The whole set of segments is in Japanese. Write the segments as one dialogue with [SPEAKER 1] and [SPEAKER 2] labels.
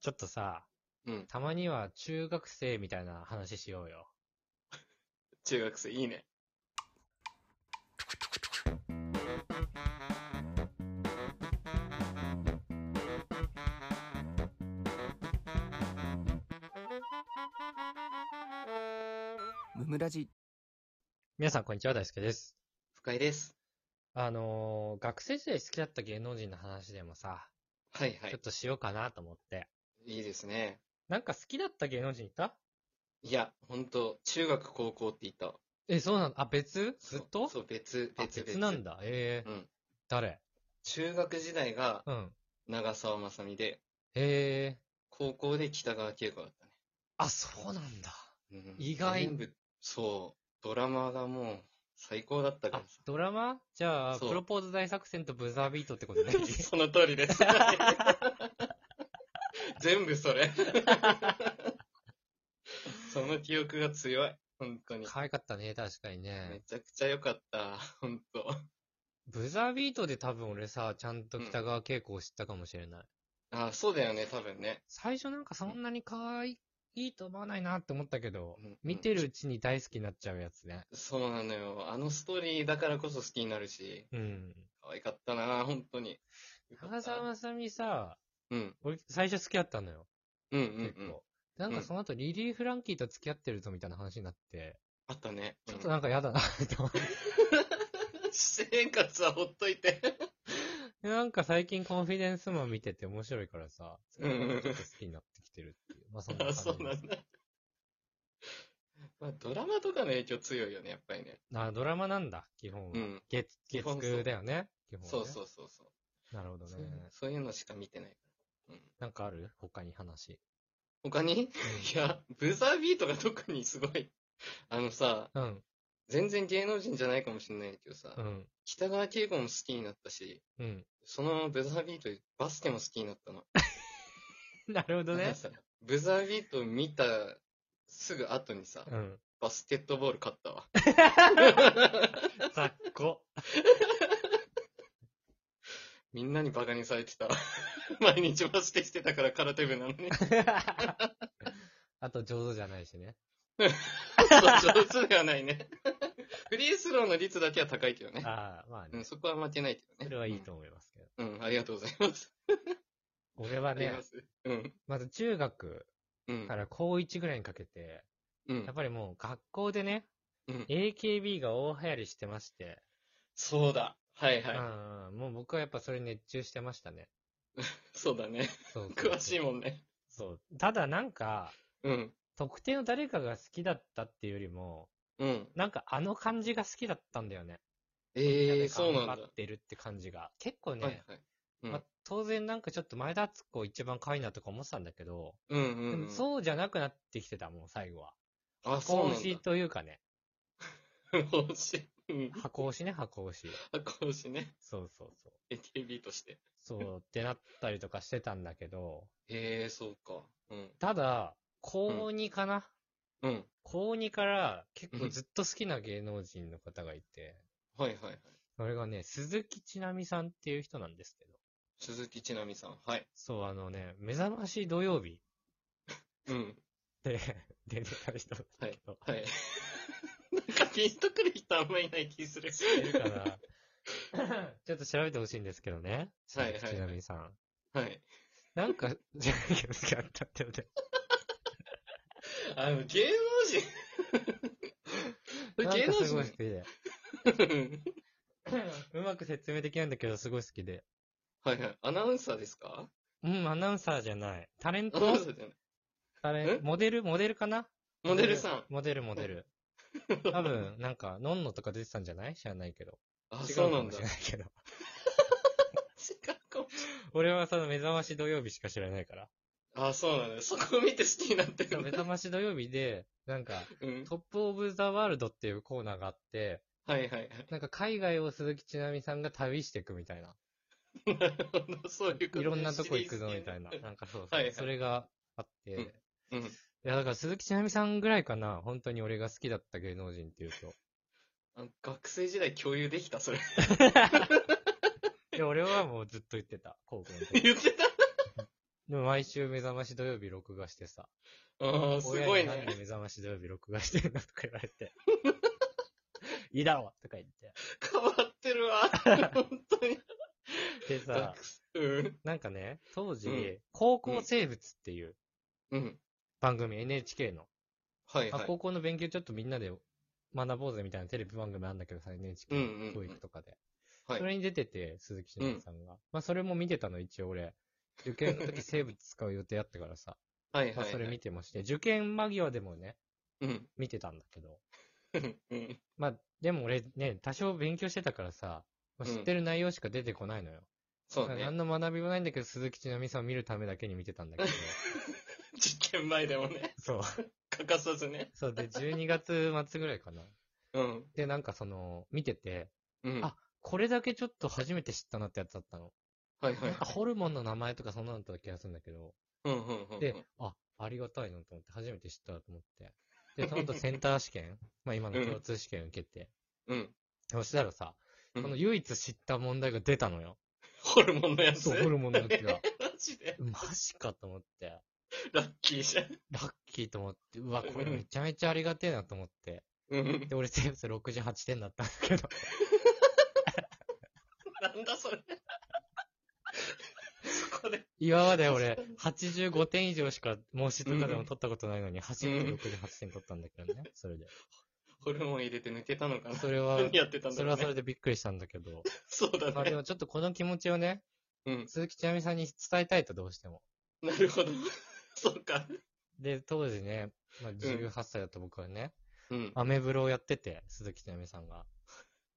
[SPEAKER 1] ちょっとさ、
[SPEAKER 2] うん。
[SPEAKER 1] たまには中学生みたいな話しようよ。
[SPEAKER 2] 中学生、いいね。
[SPEAKER 3] ムムラジ
[SPEAKER 1] 皆さん、こんにちは。大輔です。
[SPEAKER 2] 深井です。
[SPEAKER 1] あのー学生時代好きだった芸能人の話でもさ、
[SPEAKER 2] はいは
[SPEAKER 1] ちょっ
[SPEAKER 2] い。
[SPEAKER 1] としようかなと思って。
[SPEAKER 2] いいですね。
[SPEAKER 1] なんか好きだった芸能人いた
[SPEAKER 2] いや、ほんと、中学、高校って言ったわ。
[SPEAKER 1] え、そうなのあ、別ずっと
[SPEAKER 2] そう、別、
[SPEAKER 1] あ
[SPEAKER 2] 別、
[SPEAKER 1] 別なんだ。えー、
[SPEAKER 2] うん
[SPEAKER 1] 誰
[SPEAKER 2] 中学時代が
[SPEAKER 1] うん。
[SPEAKER 2] 長澤まさみで、
[SPEAKER 1] えー、
[SPEAKER 2] 高校で北川景子だっ
[SPEAKER 1] あ、そうなんだ。
[SPEAKER 2] たね。うん
[SPEAKER 1] 意外
[SPEAKER 2] 全部、そう、ドラマがもう最高だったか
[SPEAKER 1] あ
[SPEAKER 2] ら、
[SPEAKER 1] ドラマじゃあ、
[SPEAKER 2] そう
[SPEAKER 1] プロポーズ大作戦とブザービートってことね。
[SPEAKER 2] さ。 その通り です。全部それ。 その記憶が強い。本当に。
[SPEAKER 1] 可愛かったね、確かに
[SPEAKER 2] め
[SPEAKER 1] ね。
[SPEAKER 2] ちゃくちゃ良かった。本当。
[SPEAKER 1] ブザービートで多分俺さ、ちゃんと北川景子を知ったかもしれない。
[SPEAKER 2] ああ、そうだよね、多分ね。
[SPEAKER 1] 最初なんかそんなに可愛いと思わないなって思ったけど、
[SPEAKER 2] うん
[SPEAKER 1] 見てるうちに大好きになっちゃうやつね。
[SPEAKER 2] そうなのよ。あのストーリーだからこそ好きになるし、
[SPEAKER 1] うん。
[SPEAKER 2] 可愛かったな、本当に。
[SPEAKER 1] 長澤まさみさ、
[SPEAKER 2] うん、
[SPEAKER 1] 俺最初好きだったのよ。
[SPEAKER 2] うん、うん、う
[SPEAKER 1] 結構。
[SPEAKER 2] ん。
[SPEAKER 1] なんかその後リリー・フランキーと付き合ってるぞみたいな話になって、
[SPEAKER 2] あったね。
[SPEAKER 1] ちょっとなんか嫌だなって思って。
[SPEAKER 2] うん 私生活はほっといて。
[SPEAKER 1] でなんか最近コンフィデンスマン見てて面白いからさ、ち
[SPEAKER 2] う
[SPEAKER 1] ょ
[SPEAKER 2] ん
[SPEAKER 1] っ
[SPEAKER 2] うん
[SPEAKER 1] と好きになってきてるっていう。まあそんな
[SPEAKER 2] あ
[SPEAKER 1] 感じ
[SPEAKER 2] そうなんだ。まあ、ドラマとかの影響強いよね、やっぱりね。
[SPEAKER 1] あ、ドラマなんだ、基本は。
[SPEAKER 2] うん。
[SPEAKER 1] 月、
[SPEAKER 2] 基
[SPEAKER 1] 月
[SPEAKER 2] 本そう
[SPEAKER 1] 9だよね。基本、ね。。
[SPEAKER 2] そうそうそうそう
[SPEAKER 1] なるほど
[SPEAKER 2] う、
[SPEAKER 1] ね
[SPEAKER 2] そう。いう。そういうのしか見てないから。うん。
[SPEAKER 1] なんかある他に話。
[SPEAKER 2] 他にいや、ブザービートが特にすごい。あのさ、
[SPEAKER 1] うん、
[SPEAKER 2] 全然芸能人じゃないかもしれないけどさ、
[SPEAKER 1] うん、
[SPEAKER 2] 北川景子も好きになったし、
[SPEAKER 1] うん。
[SPEAKER 2] そのブザービートでバスケも好きになったの。
[SPEAKER 1] なるほど
[SPEAKER 2] なん
[SPEAKER 1] ね
[SPEAKER 2] か。さブザービート見たすぐ後にさ、
[SPEAKER 1] うん。
[SPEAKER 2] バスケットボール勝ったわ。
[SPEAKER 1] 雑魚。
[SPEAKER 2] みんなにバカにされてた。 毎日バスケしてたから空手部な のに。
[SPEAKER 1] あと上手じゃないしね。
[SPEAKER 2] そう上手ではないね。 フリースローの率だけは高いけどね。
[SPEAKER 1] ああ、まあ
[SPEAKER 2] う
[SPEAKER 1] ね
[SPEAKER 2] ん、。そこは負けないけどね。
[SPEAKER 1] それはいいと思いますけど。
[SPEAKER 2] うん。うん、ありがとうございます。
[SPEAKER 1] 俺は
[SPEAKER 2] あり
[SPEAKER 1] ね
[SPEAKER 2] がとうございま、す。うん。
[SPEAKER 1] まず中学
[SPEAKER 2] うん
[SPEAKER 1] か。ら高1ぐらいにかけて、
[SPEAKER 2] うん
[SPEAKER 1] やっぱりもう学校でね、
[SPEAKER 2] うん。
[SPEAKER 1] AKB が大流行りしてまして、
[SPEAKER 2] そうだ。はいはい。
[SPEAKER 1] うんうんもう僕はやっぱそれに熱中してましたね。
[SPEAKER 2] そうだね。
[SPEAKER 1] そうそうそう
[SPEAKER 2] 詳しいもんね。
[SPEAKER 1] そう。ただなんか、
[SPEAKER 2] うん。
[SPEAKER 1] 特定の誰かが好きだったっていうよりも、
[SPEAKER 2] うん。
[SPEAKER 1] なんかあの感じが好きだったんだよね。
[SPEAKER 2] ええ
[SPEAKER 1] み
[SPEAKER 2] ー、
[SPEAKER 1] な
[SPEAKER 2] そう
[SPEAKER 1] で
[SPEAKER 2] なんだ。
[SPEAKER 1] 頑
[SPEAKER 2] は
[SPEAKER 1] 張ってるって感じが。結構
[SPEAKER 2] い
[SPEAKER 1] ね、
[SPEAKER 2] はい。うん
[SPEAKER 1] まあ、当然なんかちょっと前田敦子一番可愛いなとか思ってたんだけど、
[SPEAKER 2] うん
[SPEAKER 1] で
[SPEAKER 2] うんう
[SPEAKER 1] も
[SPEAKER 2] ん。
[SPEAKER 1] そうじゃなくなってきてたもん、最後は。
[SPEAKER 2] あ、そう
[SPEAKER 1] 箱
[SPEAKER 2] なん
[SPEAKER 1] 推し
[SPEAKER 2] だ。
[SPEAKER 1] というかね。
[SPEAKER 2] 帽子。うん。
[SPEAKER 1] 箱推しね、箱推し。
[SPEAKER 2] 帽子ね。
[SPEAKER 1] そうそうそう。
[SPEAKER 2] AKB として。
[SPEAKER 1] そうってなったりとかしてたんだけど、
[SPEAKER 2] ええー、そうか。うん。
[SPEAKER 1] ただ、高2かな、
[SPEAKER 2] うん。
[SPEAKER 1] 高2から結
[SPEAKER 2] う
[SPEAKER 1] 構
[SPEAKER 2] ん
[SPEAKER 1] ずっと好きな芸能人の方がいて、
[SPEAKER 2] はいはいはい。
[SPEAKER 1] それがね、鈴木ちなみさんっていう人なんですけど、
[SPEAKER 2] 鈴木ちなみさん。はい。
[SPEAKER 1] そう、あのね、目覚まし土曜日
[SPEAKER 2] うん。
[SPEAKER 1] で出て た人なんだけど、
[SPEAKER 2] はい。 なんかピンとくる人あんまいない気する。
[SPEAKER 1] いるから、 ちょっと調べてほしいんですけどね、
[SPEAKER 2] は
[SPEAKER 1] 鈴
[SPEAKER 2] いはいはい
[SPEAKER 1] 木ちなみさん。
[SPEAKER 2] はい。
[SPEAKER 1] なんか、 じゃあ、好きだったってことで
[SPEAKER 2] あの、芸能人。
[SPEAKER 1] なんか
[SPEAKER 2] 芸能
[SPEAKER 1] す
[SPEAKER 2] 人
[SPEAKER 1] ごい好きで。うまく説明できないんだけど、すごい好きで。
[SPEAKER 2] はいはい。アナウンサーですか
[SPEAKER 1] うん、アナウンサーじゃない。タレン
[SPEAKER 2] アナウン
[SPEAKER 1] ト
[SPEAKER 2] サーじゃない。
[SPEAKER 1] タレン
[SPEAKER 2] え
[SPEAKER 1] モデルモデルかな
[SPEAKER 2] モデルさん。
[SPEAKER 1] モデル、モデル。多分、なんか、のんのとか出てたんじゃない知らないけど。
[SPEAKER 2] あ、
[SPEAKER 1] 違
[SPEAKER 2] そう
[SPEAKER 1] う
[SPEAKER 2] な
[SPEAKER 1] か
[SPEAKER 2] ん
[SPEAKER 1] も
[SPEAKER 2] だ
[SPEAKER 1] しれ。ないけど。
[SPEAKER 2] 違うかも
[SPEAKER 1] 俺はその目覚まし土曜日しか知らない から。
[SPEAKER 2] あ、そうなんだ。そこを見て好きになって
[SPEAKER 1] そ
[SPEAKER 2] る
[SPEAKER 1] うん目
[SPEAKER 2] だ。
[SPEAKER 1] 覚まし土曜日で、なんか、
[SPEAKER 2] うん。
[SPEAKER 1] トップオブザワールドっていうコーナーがあって、
[SPEAKER 2] はいはい
[SPEAKER 1] なんか海外を鈴木ちなみさんが旅していくみたいな。
[SPEAKER 2] はい。なるほど。そういうこと
[SPEAKER 1] いろんなとこ行くぞみたいな。なんかそうそう。
[SPEAKER 2] はいはい
[SPEAKER 1] それがあって。
[SPEAKER 2] うんうん。
[SPEAKER 1] いや、だから鈴木ちなみさんぐらいかな。本当に俺が好きだった芸能人っていう と。
[SPEAKER 2] あ学生時代共有でき たそれ。
[SPEAKER 1] で、俺はもうずっと言ってた。高校の時。
[SPEAKER 2] 言ってた
[SPEAKER 1] でも毎週目覚まし土曜日録画してさ。
[SPEAKER 2] あ あ、すごい
[SPEAKER 1] 親になん
[SPEAKER 2] ね。
[SPEAKER 1] で目覚まし土曜日録画してるのとか言われて。 いいだろとか言って。
[SPEAKER 2] 変わってる わ。本当に。
[SPEAKER 1] でさ、
[SPEAKER 2] うん。
[SPEAKER 1] なんかね、当時、
[SPEAKER 2] うん
[SPEAKER 1] 高校生物っていう
[SPEAKER 2] うん。
[SPEAKER 1] 番組、NHK の、
[SPEAKER 2] はいは
[SPEAKER 1] あ。
[SPEAKER 2] い。
[SPEAKER 1] 高校の勉強ちょっとみんなで学ぼうぜみたいなテレビ番組あんだけどさ、NHK
[SPEAKER 2] うんうんうん
[SPEAKER 1] 教育とかで。
[SPEAKER 2] はい
[SPEAKER 1] それに出てて、鈴木篠さんが。まあ、それも見てたの、一応俺。受験の時生物使う予定あったからさ。
[SPEAKER 2] はい
[SPEAKER 1] まあ、
[SPEAKER 2] はい。
[SPEAKER 1] それ見てもして、受験間際でもね、
[SPEAKER 2] うん。
[SPEAKER 1] 見てたんだけど。
[SPEAKER 2] うん。
[SPEAKER 1] まあ、でも俺ね、多少勉強してたからさ、まあ
[SPEAKER 2] うん
[SPEAKER 1] 知ってる内容しか出てこないのよ。
[SPEAKER 2] そう
[SPEAKER 1] だから
[SPEAKER 2] ね。
[SPEAKER 1] 何の学びもないんだけど、鈴木ちなみさんを見るためだけに見てたんだ けど。
[SPEAKER 2] 実験前でもね。
[SPEAKER 1] そう。
[SPEAKER 2] 欠かさずね。
[SPEAKER 1] そうで、12月末ぐらいかな。
[SPEAKER 2] うん。
[SPEAKER 1] で、なんかその、見てて、
[SPEAKER 2] うん。
[SPEAKER 1] あこれだけちょっと初めて知ったなってやつだったの。
[SPEAKER 2] はいは
[SPEAKER 1] ないん。かホルモンの名前とかそんなのだった気がするんだけど。
[SPEAKER 2] うんうんうん。
[SPEAKER 1] で、あ、ありがたいなと思って、初めて知ったと思って。で、その後センター試験、 まあ今の共通試験受けて。
[SPEAKER 2] うん。
[SPEAKER 1] そしたらさ、
[SPEAKER 2] う
[SPEAKER 1] この
[SPEAKER 2] ん。
[SPEAKER 1] 唯一知った問題が出たのよ。
[SPEAKER 2] ホルモンのやつ。
[SPEAKER 1] そう、ホルモンのやつが。
[SPEAKER 2] マジで
[SPEAKER 1] マジかと思って、
[SPEAKER 2] ラッキーじゃん。
[SPEAKER 1] ラッキーと思って、うわ、これめちゃめちゃありがてえなと思って。
[SPEAKER 2] うん。
[SPEAKER 1] で、俺セーブス68点だったん だけど、
[SPEAKER 2] なんだそれ。 そこで。
[SPEAKER 1] 今まで俺85点以上しか申しとかでも取ったことないのに、初めて68点取ったんだけどね、それで。
[SPEAKER 2] ホルモン入れて抜けたのかな。
[SPEAKER 1] それは、
[SPEAKER 2] 何やってたん
[SPEAKER 1] そ
[SPEAKER 2] だ
[SPEAKER 1] れ
[SPEAKER 2] ろ
[SPEAKER 1] は
[SPEAKER 2] う
[SPEAKER 1] そ
[SPEAKER 2] ね
[SPEAKER 1] れ。でびっくりしたんだけ ど。
[SPEAKER 2] そうだ
[SPEAKER 1] まあで
[SPEAKER 2] ね。
[SPEAKER 1] もちょっとこの気持ちをね、
[SPEAKER 2] うん。
[SPEAKER 1] 鈴木ちなみさんに伝えたいとどうしても。
[SPEAKER 2] なるほど。 そっか。
[SPEAKER 1] で、当時ね、まあ、18歳だった僕はね、
[SPEAKER 2] うん。
[SPEAKER 1] アメブロをやってて、鈴木ちなみさんが。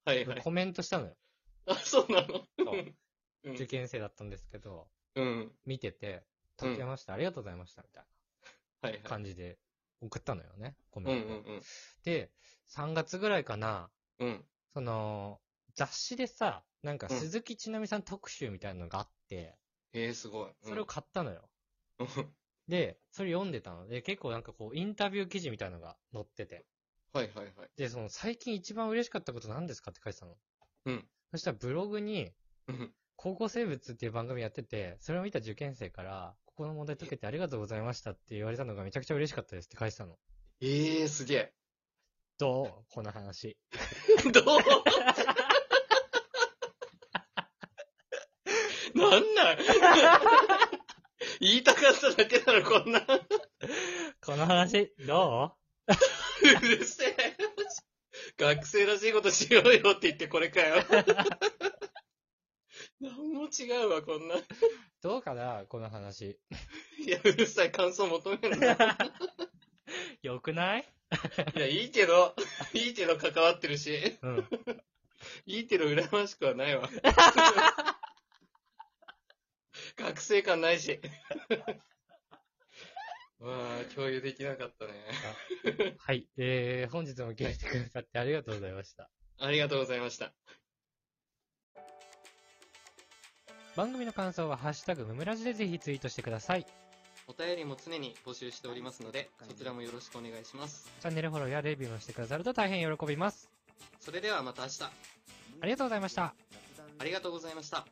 [SPEAKER 2] はい
[SPEAKER 1] で
[SPEAKER 2] はい。
[SPEAKER 1] コメントしたのよ。
[SPEAKER 2] あ、 そうなの
[SPEAKER 1] そう
[SPEAKER 2] う
[SPEAKER 1] 受
[SPEAKER 2] ん。
[SPEAKER 1] 験生だったんですけど、
[SPEAKER 2] うん。
[SPEAKER 1] 見てて、
[SPEAKER 2] うん
[SPEAKER 1] 解けました、ありがとうございました、みたい
[SPEAKER 2] はい
[SPEAKER 1] な
[SPEAKER 2] はい。
[SPEAKER 1] 感じで送ったのよね、コ
[SPEAKER 2] うんう
[SPEAKER 1] メ
[SPEAKER 2] ん
[SPEAKER 1] ント。で、3月ぐらいかな、
[SPEAKER 2] うん。うん。
[SPEAKER 1] その、雑誌でさ、なんか
[SPEAKER 2] うん
[SPEAKER 1] 鈴木ちなみさん特集みたいなのがあって、
[SPEAKER 2] えー、すごい。うん
[SPEAKER 1] それを買ったのよ。
[SPEAKER 2] うん
[SPEAKER 1] で、それ読んでたので、結構なんかこう、インタビュー記事みたいなのが載ってて。
[SPEAKER 2] はいはいはい。
[SPEAKER 1] で、その、最近一番嬉しかったこと何ですかって書いてたの。
[SPEAKER 2] うん。
[SPEAKER 1] そしたらブログに、
[SPEAKER 2] うん。
[SPEAKER 1] 高校生物っていう番組やってて、それを見た受験生から、ここの問題解けてありがとうございましたって言われたのがめちゃくちゃ嬉しかったですって返したの。
[SPEAKER 2] えー、すげえ。
[SPEAKER 1] どうこの話。
[SPEAKER 2] どう なん なん言いたかっただけだろ、こんな。
[SPEAKER 1] この話、ど
[SPEAKER 2] うるせえ。学生らしいことしようよって言ってこれかよ。 何も違うわ、こんな。
[SPEAKER 1] うどうかなこの話。
[SPEAKER 2] いや、うるさい感想求めるな。い
[SPEAKER 1] よくない
[SPEAKER 2] や、いいけど、いいけど関わってるし、
[SPEAKER 1] うん。
[SPEAKER 2] いいけど羨ましくはないわ。 学生感ないし。 わあ、共有できなかったね。
[SPEAKER 1] はい。えー、本日も聞いてくださってありがとうございました。
[SPEAKER 2] ありがとうございました。
[SPEAKER 1] 番組の感想は、ハッシュタグムムラジでぜひツイートしてください。
[SPEAKER 2] お便りも常に募集しておりますので、そちらもよろしくお願いします。
[SPEAKER 1] チャンネルフォローやレビューもしてくださると大変喜びます。
[SPEAKER 2] それではまた明日、
[SPEAKER 1] ありがとうございました。
[SPEAKER 2] ありがとうございました。